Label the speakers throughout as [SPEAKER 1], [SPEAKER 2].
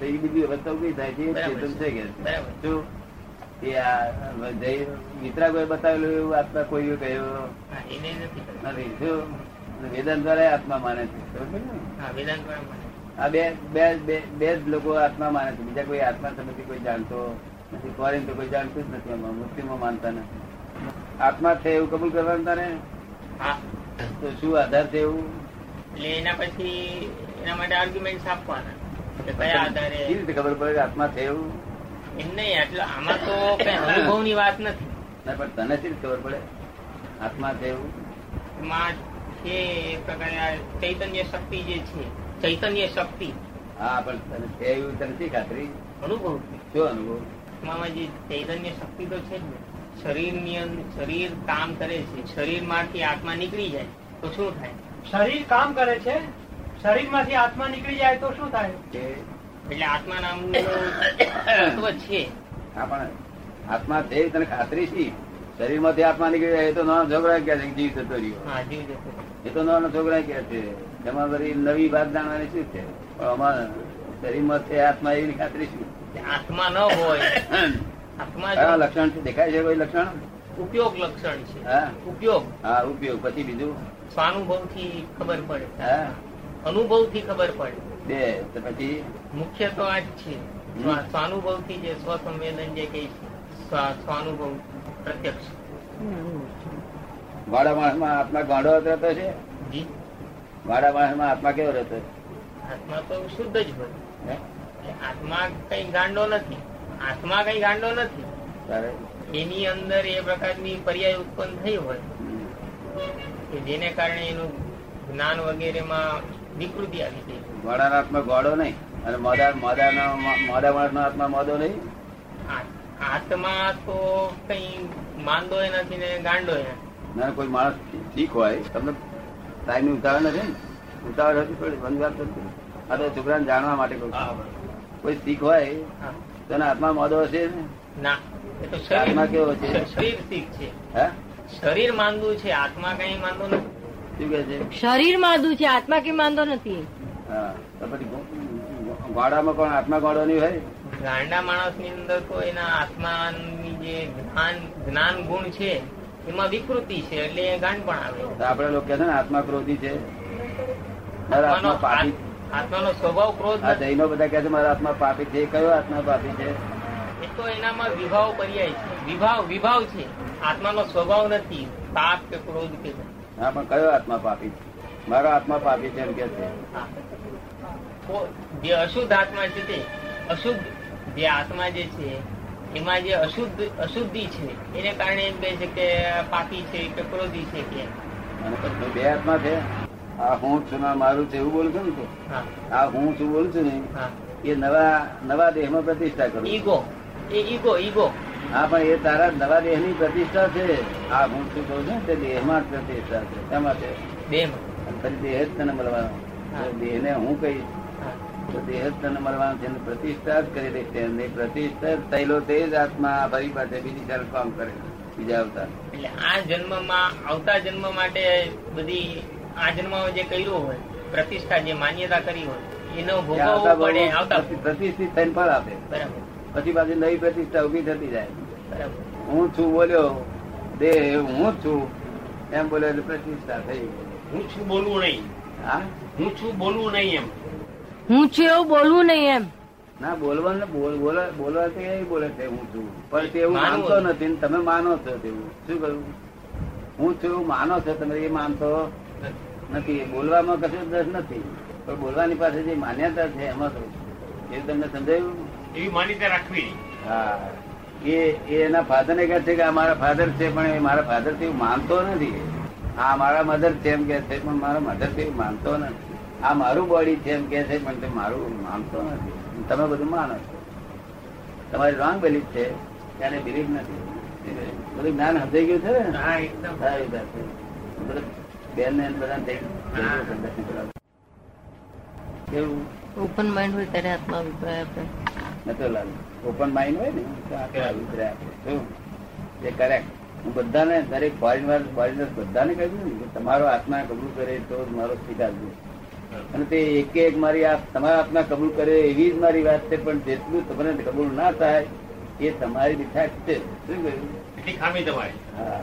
[SPEAKER 1] તો એ બધી અવસ્થા ઉભી થાય છે એ
[SPEAKER 2] બરાબર
[SPEAKER 1] ચેતન
[SPEAKER 2] છે.
[SPEAKER 1] થઈ ગયા છે.
[SPEAKER 2] બરાબર.
[SPEAKER 1] શું? એ આ જય વિતરાગોએ બતાવેલું એવું આત્મા કોઈ કહ્યું
[SPEAKER 2] હા, એને નથી કરવું.
[SPEAKER 1] નથી શું? વેદાંત દ્વારા એ આત્મા માને છે સમજ પડી ને?
[SPEAKER 2] હા, વેદાંત વાળા માને છે.
[SPEAKER 1] આ બે બે બે બે જ લોકો આત્મા માને છે બીજા કોઈ આત્મા સંબંધી કોઈ જાણતો નથી ફોરેન તો કોઈ જાણતું જ નથી આમાં મુસ્લિમો માનતા નથી આત્મા છે એવું કબૂલ કરવાનું તારે
[SPEAKER 2] હા
[SPEAKER 1] તો શું આધાર છે એવું
[SPEAKER 2] એટલે એના પછી એના માટે આર્ગ્યુમેન્ટ આપવાના કે
[SPEAKER 1] કેવી
[SPEAKER 2] કયા આધારે
[SPEAKER 1] રીતે ખબર પડે કે આત્મા છે એવું
[SPEAKER 2] એમ નહીં એટલે આમાં તો કઈ અનુભવની વાત નથી
[SPEAKER 1] ના પણ તને શી રીતે ખબર પડે આત્મા છે એવું
[SPEAKER 2] એમાં છે એ પ્રકારે આ ચૈતન્ય શક્તિ જે છે ચૈતન્ય શક્તિ
[SPEAKER 1] હા પણ તને છે એવું તને શી ખાતરી
[SPEAKER 2] અનુભવ
[SPEAKER 1] શું અનુભવ
[SPEAKER 2] એમાં જે ચૈતન્ય શક્તિ તો છે જ ને શરીરની અંદર શરીર કામ કરે છે શરીરમાંથી આત્મા નીકળી જાય તો શું થાય
[SPEAKER 3] શરીર કામ કરે છે શરીરમાંથી આત્મા નીકળી જાય તો શું થાય
[SPEAKER 1] કે
[SPEAKER 2] એટલે આત્મા નામનું તત્વ છે
[SPEAKER 1] હા પણ આત્મા છે એવી તને ખાતરી શી શરીરમાંથી આત્મા નીકળી જાય એ તો નાનો છોકરા કહે છે કે જીવ જતો રહ્યો
[SPEAKER 2] હા જીવ જતો
[SPEAKER 1] એ તો નાનો છોકરા કે છે એમાં બધી નવી વાત જાણવાની શું છે પણ અમારા શરીરમાં છે આત્મા એવી ખાતરી શું
[SPEAKER 2] એટલે આત્મા ન હોય આત્મા
[SPEAKER 1] કયા
[SPEAKER 2] જો
[SPEAKER 1] લક્ષણ છે દેખાય છે કોઈ લક્ષણ
[SPEAKER 2] ઉપયોગ લક્ષણ છે
[SPEAKER 1] હા
[SPEAKER 2] ઉપયોગ
[SPEAKER 1] હા ઉપયોગ પછી બીજું
[SPEAKER 2] સ્વાનુભવ થી ખબર પડે
[SPEAKER 1] હા
[SPEAKER 2] અનુભવ થી ખબર પડે
[SPEAKER 1] બે તો પછી
[SPEAKER 2] મુખ્ય તો આ જ છે
[SPEAKER 1] હમ.
[SPEAKER 2] સ્વાનુભવ થી જે સ્વસંવેદન જે કહે છે સ્વા- સ્વાનુભવ પ્રત્યક્ષ
[SPEAKER 1] વાડા માણસમાં આત્મા ગાંડો રહેતો છે
[SPEAKER 2] જી
[SPEAKER 1] વાડા માણસમાં આત્મા કેવો રહેતો છે
[SPEAKER 2] આત્મા તો શુદ્ધ જ હોય
[SPEAKER 1] હે?
[SPEAKER 2] એટલે આત્મા કઈ ગાંડો નથી આત્મા કઈ ગાંડો નથી
[SPEAKER 1] તારે?
[SPEAKER 2] એની અંદર એ પ્રકારની પર્યાય ઉત્પન્ન થઈ હોય
[SPEAKER 1] હમ.
[SPEAKER 2] કે જેને કારણે એનું જ્ઞાન વગેરેમાં વિકૃતિ આવી ગઈ
[SPEAKER 1] વાડાનો આત્મા ગોળો નહીં અને મોદા મોદાનો મોદા માણસનો આત્મા મોદો નહીં
[SPEAKER 2] આ- આત્મા તો કઈ માંદો એ નથી ને ગાંડો એ નથી.
[SPEAKER 1] ના કોઈ માણસ ઠીક હોય તમને ટાઈમની ઉતાવળ નથી ને ઉતાવળ હતી થોડી બંધ વાત નથી આ તો છોકરાને જાણવા માટે કહું છું. કોઈ શીખ હોય
[SPEAKER 2] હા.
[SPEAKER 1] તો એના હાથમાં મોદો હશે ને
[SPEAKER 2] ના એ તો
[SPEAKER 1] આત્મા કેવો
[SPEAKER 2] શરીર
[SPEAKER 1] છે?
[SPEAKER 2] શરીર શીખ છે
[SPEAKER 1] હે
[SPEAKER 2] શરીર માંદું છે આત્મા કઈ માંદો નથી
[SPEAKER 1] શું કહે છે
[SPEAKER 4] શરીર માંદું છે આત્મા કે માંદો નથી
[SPEAKER 1] હા તો પછી ગો- ગોળામાં કોણ આત્મા ગોળો નહીં હોય
[SPEAKER 2] ગાંડા માણસની અંદર તો એના આત્માની જે જ્ઞાન જ્ઞાન ગુણ છે એમાં વિકૃતિ છે એટલે એ ગાંડ પણ આવે
[SPEAKER 1] તો આપડે લોકો કહે છે ને આત્મા ક્રોધી છે મારા
[SPEAKER 2] આત્માનો
[SPEAKER 1] આત્મા પાપી
[SPEAKER 2] આત્માનો સ્વભાવ ક્રોધ
[SPEAKER 1] આ
[SPEAKER 2] નથી.
[SPEAKER 1] જૈનો બધા કહે છે મારા આત્મા પાપી છે કયો આત્મા પાપી છે
[SPEAKER 2] એ તો એનામાં વિભાવ પર્યાય છે વિભાવ વિભાવ છે આત્માનો સ્વભાવ નથી પાપ કે ક્રોધ કે
[SPEAKER 1] હા પણ કયો આત્મા પાપી છે મારો આત્મા પાપી છે એમ કે છે
[SPEAKER 2] હા. કો- જે અશુદ્ધ આત્મા છે તે અશુદ્ધ જે આત્મા જે છે એમાં જે અશુદ્ધ અશુદ્ધિ છે એને કારણે એમ કહે છે કે પાપી છે કે ક્રોધી છે કે
[SPEAKER 1] અને પછી બે આત્મા છે આ હું જ છું ને આ મારું છે એવું બોલું છું ને તું?
[SPEAKER 2] હા
[SPEAKER 1] આ હું છું બોલું છું ને
[SPEAKER 2] હા
[SPEAKER 1] એ નવા નવા દેહમાં પ્રતિષ્ઠા કરું છું.
[SPEAKER 2] ઈગો એ ઈગો ઈગો
[SPEAKER 1] હા પણ એ તારા નવા દેહની પ્રતિષ્ઠા છે આ હું છું કહું છું ને તે દેહમાં જ પ્રતિષ્ઠા છે તેમાં છે
[SPEAKER 2] બે
[SPEAKER 1] અને ફરી દેહ જ તને મળવાનો
[SPEAKER 2] હા.
[SPEAKER 1] તો દેહને હું કહીશ તો દેહ જ તને મળવાનો છે એની પ્રતિષ્ઠા જ કરી દે છે એની પ્રતિષ્ઠા જ થયેલો તે જ આત્મા ફરી પાસે બીજી સારું કામ કરે બીજા અવતાર
[SPEAKER 2] એટલે આ જન્મમાં આવતા જન્મ માટે બધી આ જન્મમાં જે કર્યું હોય પ્રતિષ્ઠા જે માન્યતા કરી હોય એનો
[SPEAKER 1] ત્યાં આવતા
[SPEAKER 2] ભોગવવો પડે આવતા
[SPEAKER 1] પ્રતિ- પ્રતિષ્ઠિત થઈને ફળ આપે
[SPEAKER 2] બરાબર
[SPEAKER 1] પછી પાછી નવી પ્રતિષ્ઠા ઉભી થતી જાય
[SPEAKER 2] બરાબર
[SPEAKER 1] હું છું બોલ્યો દેહ હું જ છું એમ બોલ્યો એટલે પ્રતિષ્ઠા થઈ
[SPEAKER 5] હું છું બોલવું નહીં
[SPEAKER 1] હા
[SPEAKER 5] હું છું બોલવું નહીં એમ
[SPEAKER 4] હું છું એવું બોલવું નહીં એમ
[SPEAKER 1] ના બોલવાનું ને બોલ બોલ- બોલવા તો એ બોલે છે હું છું પણ તે એવું
[SPEAKER 2] માનવું
[SPEAKER 1] માનતો નથી ને તમે માનો છો તેવું શું કહ્યું હું છું એવું માનો છો તમે એ માનતો નથી એ બોલવામાં કશું દસ નથી પણ બોલવાની પાસે જે માન્યતા છે એમાં શું છે? એ તમને સમજાયું
[SPEAKER 5] એવી માન્યતા રાખવી નહીં
[SPEAKER 1] હા એ એ એના ફાધરને કહે છે કે આ મારા ફાધર છે પણ એ મારા ફાધર થી માનતો નથી આ મારા મધર છે એમ કે છે પણ મારા મધર થી માનતો નથી આ મારું બોડી છે એમ કે છે પણ તે મારું માનતો નથી તમે બધું માનો છો તમારી રોંગ બિલીફ છે ત્યારે બિલીફ નથી બધું જ્ઞાન સમજાઈ ગયું છે ને
[SPEAKER 2] હા એકદમ
[SPEAKER 1] સારી વાત છે. બધું બેનને ને બધાને થઈ ગયું. કેવું
[SPEAKER 4] ઓપન માઇન્ડ હોય ત્યારે આત્મા અભિપ્રાય આપે
[SPEAKER 1] નતો લાગુ ઓપન માઇન્ડ હોય ને તો આ કઈ અભિપ્રાય આપે. શું? એ કરેક્ટ હું બધાને દરેક ફોરેન વાળા બધાને કહ્યું ને કે તમારો આત્મા કબૂલ કરે તો જ મારો સ્વીકાર છે અને તે એક એક મારી આપ તમારા આપના કબૂલ કરે એવી જ મારી વાત છે પણ જેટલું તમને કબૂલ ના થાય એ તમારી ડિફેક્ટ છે શું કહ્યું
[SPEAKER 5] એટલી ખામી તમારી
[SPEAKER 1] હા,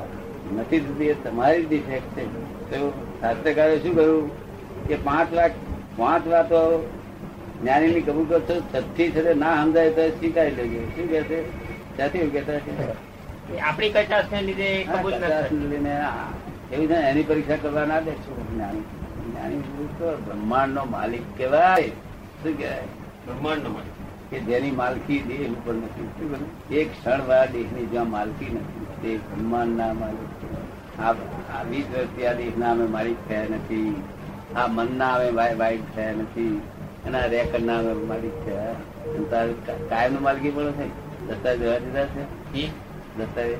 [SPEAKER 1] નથી થતી એ તમારી ડિફેક્ટ છે તો શાસ્ત્રકારે શું કહ્યું કે પાંચ લાખ પાંચ વાતો જ્ઞાનીની કબૂલ કરશો છઠ્ઠી છે તે ના સમજાય તો સ્વીકારી લેજો શું કહે છે ત્યાંથી એવું કહેતા છે
[SPEAKER 2] એ આપણી કચાશને લીધે એ
[SPEAKER 1] હા,
[SPEAKER 2] કબૂલ ન
[SPEAKER 1] કદાચ
[SPEAKER 2] થાય
[SPEAKER 1] લઈને આ. એવું છે ને, એની પરીક્ષા કરવા ના દેશો જ્ઞાની જ્ઞાની પુરુષ તો બ્રહ્માંડ નો માલિક કહેવાય શું કહેવાય
[SPEAKER 5] બ્રહ્માંડ માલિક
[SPEAKER 1] કે જેની માલકી દેહ ઉપર નથી શું કહ્યું? એક ક્ષણ વાર દેહની જ્યાં માલકી નથી તે બ્રહ્માંડ ના માલિક છે. આ આ વીસ વર્ષથી આ દેહના અમે માલિક થયા નથી આ મનના અમે વા- વાઇફ થયા નથી અને આ રેકર્ડના અમે માલિક થયા અને તારે કા- કાયમનું માલકી પણ થઈ દસ્તાવેજ જવા દીધા છે
[SPEAKER 2] જી.
[SPEAKER 1] દસ્તાવેજ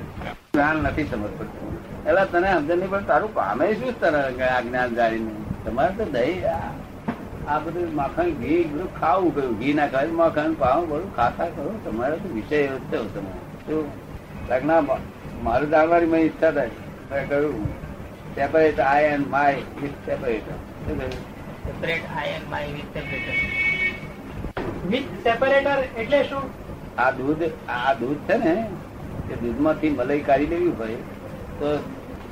[SPEAKER 1] જ્ઞાન નથી સમર્પણ એટલે તને સમજણ નહીં પણ તારું પામે શું તને આ જ્ઞાન જાણીને તમારે તો દહીં આ- આ બધું માખણ ઘી બધું ખાવું કયું ઘી ના ખાય માખણ પાવું બધું ખાતા કરો તમારો તો વિષય એવો જ થયો તમારો તો લગ્ન મારું જાણવાની મને ઈચ્છા થાય મેં કહ્યું separate I and my is separate શું કહ્યું?
[SPEAKER 2] Separate I and my with separator.
[SPEAKER 3] With separator એટલે શું
[SPEAKER 1] આ દૂધ આ દૂધ છે ને એ દૂધમાંથી મલાઈ કાઢી લેવી હોય તો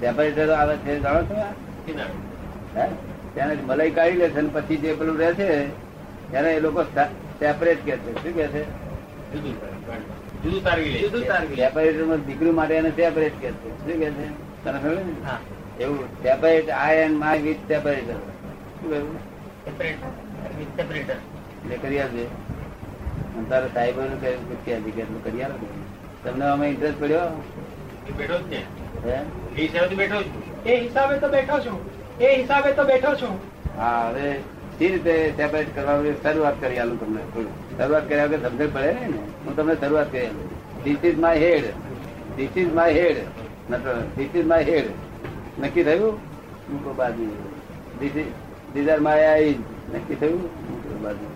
[SPEAKER 1] સેપરેટર આવે છે જાણો છો આ?
[SPEAKER 5] કિનારે.
[SPEAKER 1] હે? તેને જ મલાઈ કાઢી લે છે અને પછી જે પેલું રહે છે એને એ લોકો સેપરેટ કે છે શું કે છે
[SPEAKER 5] જુદું તારવી લે. જુદું તારવી લે
[SPEAKER 2] જુદું તારવી લે.
[SPEAKER 1] સેપરેટર માં દીકરી માટે એને સેપરેટ કે છે શું કે છે તને ખબર ને
[SPEAKER 2] હા
[SPEAKER 1] એવું separate I and my with separator શું કહ્યું
[SPEAKER 2] સેપરેટ with separator.
[SPEAKER 1] એટલે કરી આપજે અને તારા સાહેબો નું કહ્યું કે ત્યાં જગ્યાએ કરી આપો તમને આમાં ઇન્ટરેસ્ટ પડ્યો
[SPEAKER 5] એ બેઠો જ ને
[SPEAKER 1] હે
[SPEAKER 5] એ હિસાબે તો બેઠો જ છું.
[SPEAKER 3] એ હિસાબે તો બેઠો છું એ હિસાબે તો બેઠો છું
[SPEAKER 1] હા હવે એ રીતે સેપરેટ કરવાની શરૂઆત કરી આલું તમને થોડું શરૂઆત કર્યા વગર સમજણ પડે નહીં ને હું તમને શરૂઆત કરી આલું this is my head this is my head this is my head નક્કી થયું મૂકો બાજુ this is this are my eyes નક્કી થયું મૂકો બાજુ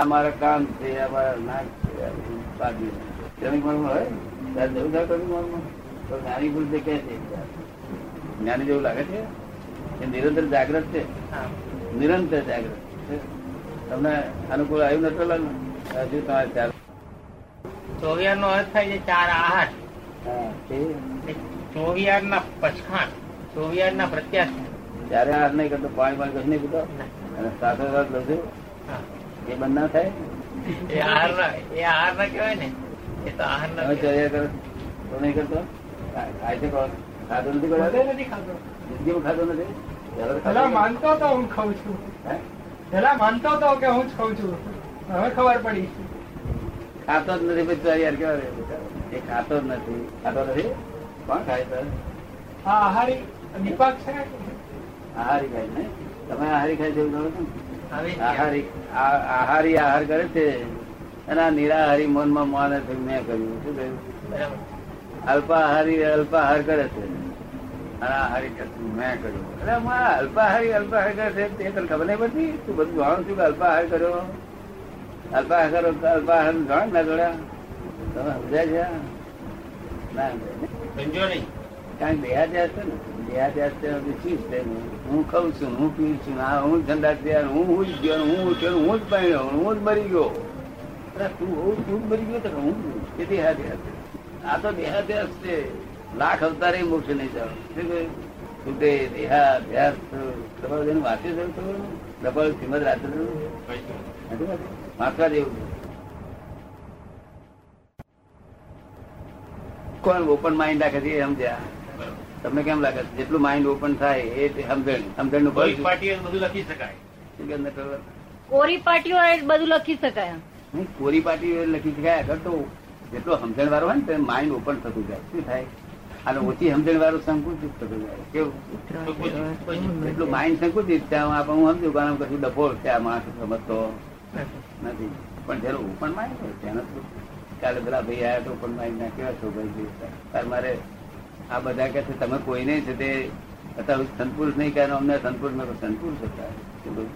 [SPEAKER 1] આ મારા કાન છે આ મારા નાક છે આ બધું બાજુ શ્રમિક મનમાં હોય ત્યારે જવું થાય શ્રમિક મનમાં તો જ્ઞાની પુરુષ કહે છે જ્ઞાની જેવું લાગે છે એ નિરંતર જાગ્રત છે
[SPEAKER 2] હા
[SPEAKER 1] નિરંતર જાગૃત છે. તમને અનુકૂળ આવ્યું નથી લાલ હજુ તમારે ચાર
[SPEAKER 2] ચોવિયાર નો અર્થ થાય છે ચાર આહાર ચોવિયાર ના પછખાણ ચોવિયાર ના પ્રત્યાશ
[SPEAKER 1] ત્યારે હાથ નહીં કરતો પાણી પાણી કશું નહીં પીતો અને સાથો સાથ લઉં છું
[SPEAKER 2] હા
[SPEAKER 1] એ બંધ ના થાય
[SPEAKER 2] એ આહાર ના એ આહાર ના કહેવાય ને એ તો આહાર ના
[SPEAKER 1] તમે ચર્યા કરો તો નહીં કરતો ખાય છે કોણ ખાધો નથી કરાવે
[SPEAKER 3] નથી ખાતો
[SPEAKER 1] જિંદગીમાં ખાધો નથી પહેલા તો
[SPEAKER 3] પેલા
[SPEAKER 1] ખાધો નહીં.
[SPEAKER 3] માનતો તો હું ખાઉં છું
[SPEAKER 1] હે?
[SPEAKER 3] પેલા માનતો તો કે હું જ ખાઉં છું હવે ખબર પડી
[SPEAKER 1] ખાતો જ નથી પછી યાર કેવા રહે બિચારો? એ ખાતો જ નથી ખાતો નથી કોણ ખાય સર
[SPEAKER 3] આ આહારી દીપક છે
[SPEAKER 1] આહારી ખાય છે ને તમે આહારી ખાય છે એવું જાણો છો ને
[SPEAKER 2] હવે
[SPEAKER 1] આહારી આ- આહારી આહાર કરે છે અને આ નિરાહારી મનમાં માને છે મેં કર્યું શું કહ્યું
[SPEAKER 2] બરાબર
[SPEAKER 1] અલ્પાહારી અલ્પાહાર કરે છે અને આહારી કરે છે, મેં કર્યું અરે માં અલ્પાહારી અલ્પાહાર કરે છે તે તને ખબર નહીં પડતી તું બધું જાણું છું કે અલ્પાહાર કર્યો અલ્પાહાર કરો તો અલ્પાહાર નું જાણ ના જોડ્યા તમે સમજાય છે ના સમજાય.
[SPEAKER 5] સમજ્યો નહીં
[SPEAKER 1] કારણ કે દેહાદ્યાસ છે ને દેહાદ્યાસ છે હજી ચીજ છે નહીં. હું ખાઉં છું હું પીઉં છું આ હું ઠંડા થયા હું હું જ ગયો હું ઉઠ્યો હું જ પાણ્યો હું જ મરી ગયો અરે તું હું તું જ મરી ગયો તો હું કે દેહાદ્યાસ છે. આ તો દેહાદ્યાસ છે લાખ અવતારે મોક્ષ નહીં જાવ શું કહ્યું? છૂટે દેહાદ્યાસ તમારું જેનું વાંચ્યું છે ખબર ને? ડબલ શ્રીમદ રાત્રે નથી વાંચ્યું? વાંચવા જેવું છે કોણ ઓપન માઇન્ડ રાખે છે એ સમજ્યા તમને કેમ લાગે છે જેટલું માઇન્ડ ઓપન થાય એ તે સમજણ સમજણ નું
[SPEAKER 5] કોઈ પાર્ટી બધું લખી શકાય
[SPEAKER 4] કોરી પાટીઓ આ બધું લખી શકાય
[SPEAKER 1] હું કોરી પાટી એ લખી શકાય આગળ તો જેટલો સમજણ વાળો હોય ને તેનું માઇન્ડ ઓપન થતું જાય શું થાય અને ઓછી સમજણ વાળું સંકુચિત થતું જાય કેવું એટલું માઇન્ડ સંકુચિત ત્યાં આપણે હું સમજુ કારણ કશું ડફોળ છે આ માણસ સમજતો નથી પણ જેનું ઓપન માઇન્ડ હોય તેનો શું? કાલે પેલા ભાઈ આયા તો ઓપન માઇન્ડ ના કેવા છો ભાઈ તાર મારે આ બધા કહે છે તમે કોઈ નહીં છે તે અત્યારે સંતપુરુષ નહીં કહેવાનો અમને સંતપુરુષ મેં કહ્યું, સંતપુરુષ હતા શું કહ્યું?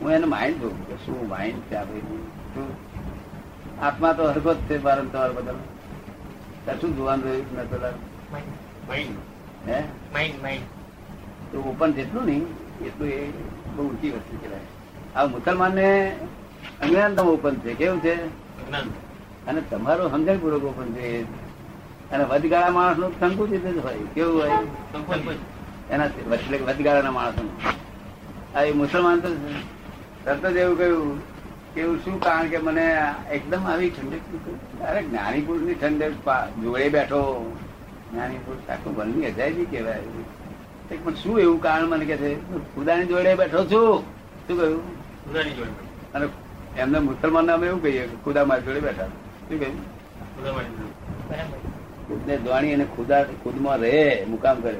[SPEAKER 1] હું એનું માઇન્ડ જોઉં કે શું માઇન્ડ છે આ ભાઈનું? શું આત્મા તો હરખો જ છે બારંવાર બધાનો ત્યાં શું જોવાનું રહ્યું મેં પેલા
[SPEAKER 2] માઇન્ડ
[SPEAKER 5] માઇન્ડ
[SPEAKER 1] હે
[SPEAKER 2] માઇન્ડ માઇન્ડ
[SPEAKER 1] તો ઓપન જેટલું નહીં એટલું એ બહુ ઊંચી વસ્તુ કહેવાય આ મુસલમાનને અજ્ઞાનતમ ઓપન છે કેવું છે
[SPEAKER 5] જ્ઞાન
[SPEAKER 1] અને તમારું સમજણપૂર્વક ઓપન છે અને વચગાળા માણસનું સંકુચિત જ હોય કેવું હોય
[SPEAKER 5] સંકોચ
[SPEAKER 1] એના વચલે વચગાળાના માણસનું આ એ મુસલમાન તો તરત જ એવું કહ્યું કે એવું શું કારણ કે મને એકદમ આવી ઠંડક અરે જ્ઞાની પુરુષની ઠંડક પા- જોડે બેઠો જ્ઞાની પુરુષ આખું વલની અજાયબી કહેવાય તે પણ શું એવું કારણ મને કે છે ખુદાની જોડે બેઠો છું શું કહ્યું
[SPEAKER 5] ખુદાની જોડે બેઠો.
[SPEAKER 1] અને એમને મુસલમાન નામે એવું કહીએ કે ખુદા મારી જોડે બેઠા શું કહ્યું
[SPEAKER 5] ખુદા મારી જોડે.
[SPEAKER 2] બરાબર
[SPEAKER 1] ખુદને જાણી અને ખુદા ખુદમાં રહે મુકામ કરે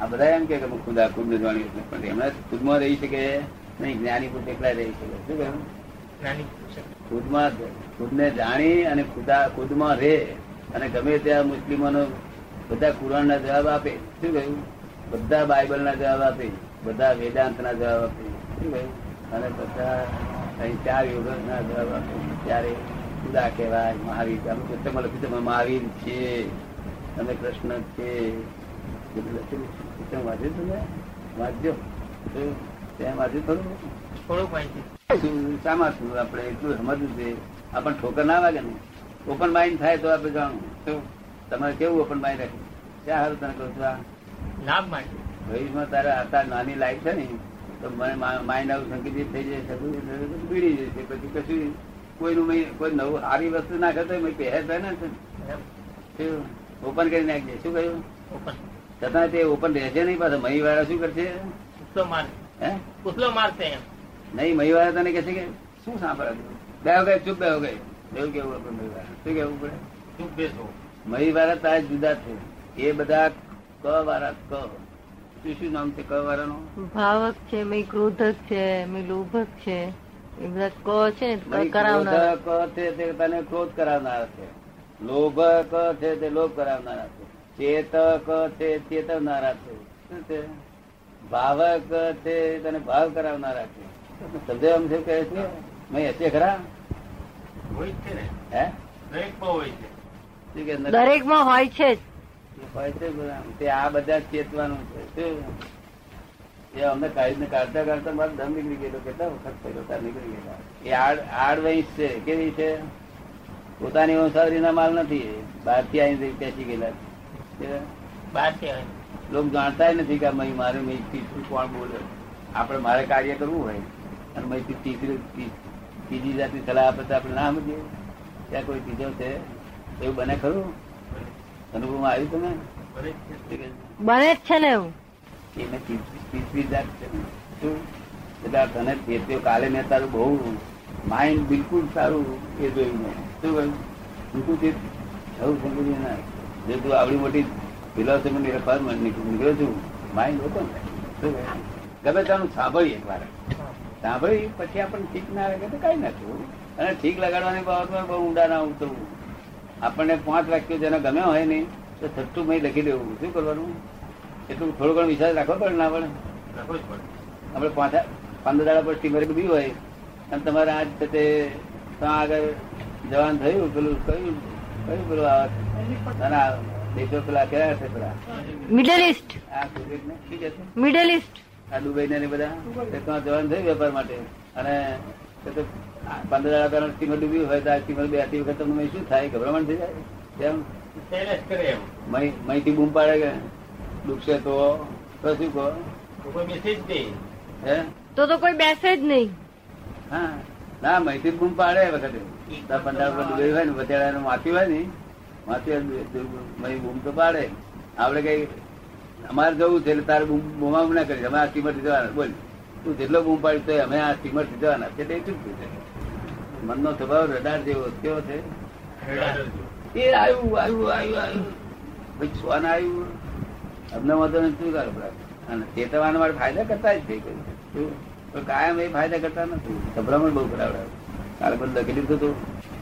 [SPEAKER 1] આ બધા એમ કે અમે ખુદા ખુદને જાણી એટલે પણ એમણે ખુદમાં રહી શકે નહીં જ્ઞાની પુરુષ એકલા રહી શકે શું કહ્યું
[SPEAKER 2] નાની પુસ્તક.
[SPEAKER 1] ખુદમાં ખુદને જાણી અને ખુદા ખુદમાં રહે અને ગમે ત્યાં મુસ્લિમોનો બધા કુરાનના જવાબ આપે શું કહ્યું બધા બાઇબલના જવાબ આપે બધા વેદાંતના જવાબ આપે શું કહ્યું અને બધા અહીં ચાર યોગના જવાબ આપે ત્યારે ખુદા કહેવાય મહાવીર અમે પુસ્તકમાં લખ્યું છે અમે મહાવીર છીએ અમે કૃષ્ણ છીએ બધું લખેલું છે. પુસ્તક વાંચ્યું તમે વાંચજો શું? તેમ વાંચ્યું થોડું
[SPEAKER 2] થોડુંક માહિતી
[SPEAKER 1] શું શામાં શું આપણે એટલું સમજવું છે આપણને ઠોકર ના વાગે ને ઓપન માઇન્ડ થાય તો આપણે જાણવું શું તમારે કેવું ઓપન માઇન્ડ રાખવું ક્યાં હારું તને કહું છું આ
[SPEAKER 2] લાભ માટે
[SPEAKER 1] ભવિષ્યમાં તારે આતા નાની લાઈફ છે ને તો મને માઇન્ડ આવું સંકુચિત થઈ જાય સંકુચિત બીડી જશે પછી કશું કોઈનું મેં કોઈ નવું સારી વસ્તુ ના કરતો મેં પહેર થાય ને
[SPEAKER 2] બરાબર.
[SPEAKER 1] શું ઓપન કરી નાખજે શું કહ્યું
[SPEAKER 2] ઓપન
[SPEAKER 1] છતાં તે ઓપન રહેશે નહીં પાછા મહી વાળા શું કરશે
[SPEAKER 2] ઉસલો માર
[SPEAKER 1] હે
[SPEAKER 2] ઉસલો મારશે એમ
[SPEAKER 1] નહીં મહીવાળા તને કહે છે કે શું સાંભળે છે? બે વગર ચૂપ બે વગર એવું કેવું આપણે મહીવાળા શું કેવું પડે
[SPEAKER 5] ચૂપ બેસો
[SPEAKER 1] મહીવાળા તારા જુદા છે એ બધા ક વાળા ક શું શું નામ છે ક વાળાનું
[SPEAKER 4] ભાવક છે મેં ક્રોધક છે મેં લોભક છે એ બધા ક છે ને
[SPEAKER 1] મહી
[SPEAKER 4] કરાવનાર
[SPEAKER 1] ક્રોધ ક છે તે તને ક્રોધ કરાવનાર છે લોભ ક છે તે લોભ કરાવનારા છે ચેત ક છે ચેતવનારા છે શું છે ભાવક છે તને ભાવ કરાવનારા છે સમજાય એમ છે કહે છે મહી હશે ખરા
[SPEAKER 5] હોય જ છે ને
[SPEAKER 1] હે
[SPEAKER 5] દરેકમાં હોય છે
[SPEAKER 1] શું કે નથી?
[SPEAKER 4] દરેકમાં હોય છે જ
[SPEAKER 1] હોય છે બધા. તે આ બધા જ ચેતવાનું છે શું? એ અમને કાઢીને કાઢતા કાઢતા મારો દમ નીકળી ગયેલો કેટલા વખત થયેલો ત્યાં નીકળી ગયેલા એ આડ આડવૈશ છે કેવી છે પોતાની વંશાવરી ના માલ નથી એ. બહારથી આવીને પેસી ગયેલા છે.
[SPEAKER 2] બહાર થી આવે
[SPEAKER 1] લોકો જાણતા નથી કે આ મહી મારે મહી તીસરું કોણ બોલે આપણે મારે કાર્ય કરવું હોય અને મહીથી તીસરું તી- ત્રીજી જાતની સલાહ આપે તો આપણે ના સમજીએ ત્યાં કોઈ ત્રીજો છે એવું બને ખરું અનુભવમાં આવ્યું તમે
[SPEAKER 5] બને જ છે.
[SPEAKER 4] બને જ છે ને એવું
[SPEAKER 1] એને તીસ- તીસરી જાત છે ને. શું? બધા તને ચેત્યો કાલે મેં તારું બહુ માઇન્ડ બિલકુલ સારું એ જોયું મેં શું કહ્યું બિલકુલ તે થયું સમજી ના જે તું આવડી મોટી ફિલોસોફી નીકળ્યો છું માઇન્ડ ઓપન શું કહ્યું? ગમે તારું સાંભળીએ એક વાર સાંભળી પછી આપણને ઠીક ના લાગે તો કઈ ના થયું અને ઠીક લગાડવાની બાબતમાં બહુ ઊંડા ના ઉતરવું આપણને પાંચ વાક્યો જેને ગમ્યા હોય નહીં તો છઠ્ઠું મહી લખી દેવું શું કરવાનું એટલું થોડો ઘણો વિશ્વાસ રાખવો પડે ના પડે
[SPEAKER 5] રાખો જ પડે
[SPEAKER 1] આપણે પાંચ પંદર દાડા પર સ્ટીમર બી હોય અને તમારે આજ છે તે ત્યાં આગળ જવાનું થયું પેલું કયું કયું પેલું આવે અને આ દેશો પેલા કયા છે પેલા
[SPEAKER 4] મિડલ ઇસ્ટ
[SPEAKER 1] આ ક્રિકેટ ને શું કે છે
[SPEAKER 4] મિડલ ઇસ્ટ
[SPEAKER 1] આ દુબઈ ને બધા તે ત્યાં જવાનું થયું વેપાર માટે અને તે તો આ પંદર દાડા પહેલા સ્ટીમર ડૂબ્યું હોય તો આ સ્ટીમર બે આટલી વખત તમને શું થાય ગભરામણ થઈ જાય તેમ
[SPEAKER 5] સહેલાશ કરે એમ
[SPEAKER 1] મહીથી બૂમ પાડે કે ડૂબશે તો તો શું કહો
[SPEAKER 5] કોઈ મેસેજ દે
[SPEAKER 1] હે
[SPEAKER 4] તો તો કોઈ બેસે જ નહીં
[SPEAKER 1] હા ના મહીથી બૂમ પાડે એ વખતે દસ પંદર વખત ડૂબેલી હોય ને વચેડા એનું માથું હોય ને માથું હોય ને દૂર- દૂર- મહી બૂમ તો પાડે આપણે કઈ અમારે જવું છે એટલે તારે બૂમ બૂમા બૂમ ના કરી અમે આ સ્ટીમરથી જવાના બોલ તું જેટલો બૂમ પાડી તો અમે આ સ્ટીમરથી જવાના છે એટલે ચૂપ થઈ જાય મનનો સ્વભાવ રડાર જેવો કેવો છે એ આવ્યું આવ્યું આવ્યું આવ્યું પછી સ્વાન આવ્યું અમને વાંધો નથી શું કરો બરાબર અને ચેતવાના વાળા ફાયદા કરતા જ થઈ ગયું શું? પણ કાયમ એ ફાયદા કરતા નથી ગભરામણ બહુ કરાવડાવે કાલે બધું લખી દીધું હતું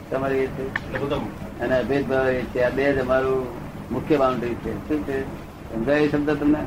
[SPEAKER 1] તમારે એ છે
[SPEAKER 5] લઘુત્તમ
[SPEAKER 1] અને અભેદભાવ એ છે આ બે જ અમારું મુખ્ય બાઉન્ડ્રી છે શું છે સમજાય એ શબ્દ તમને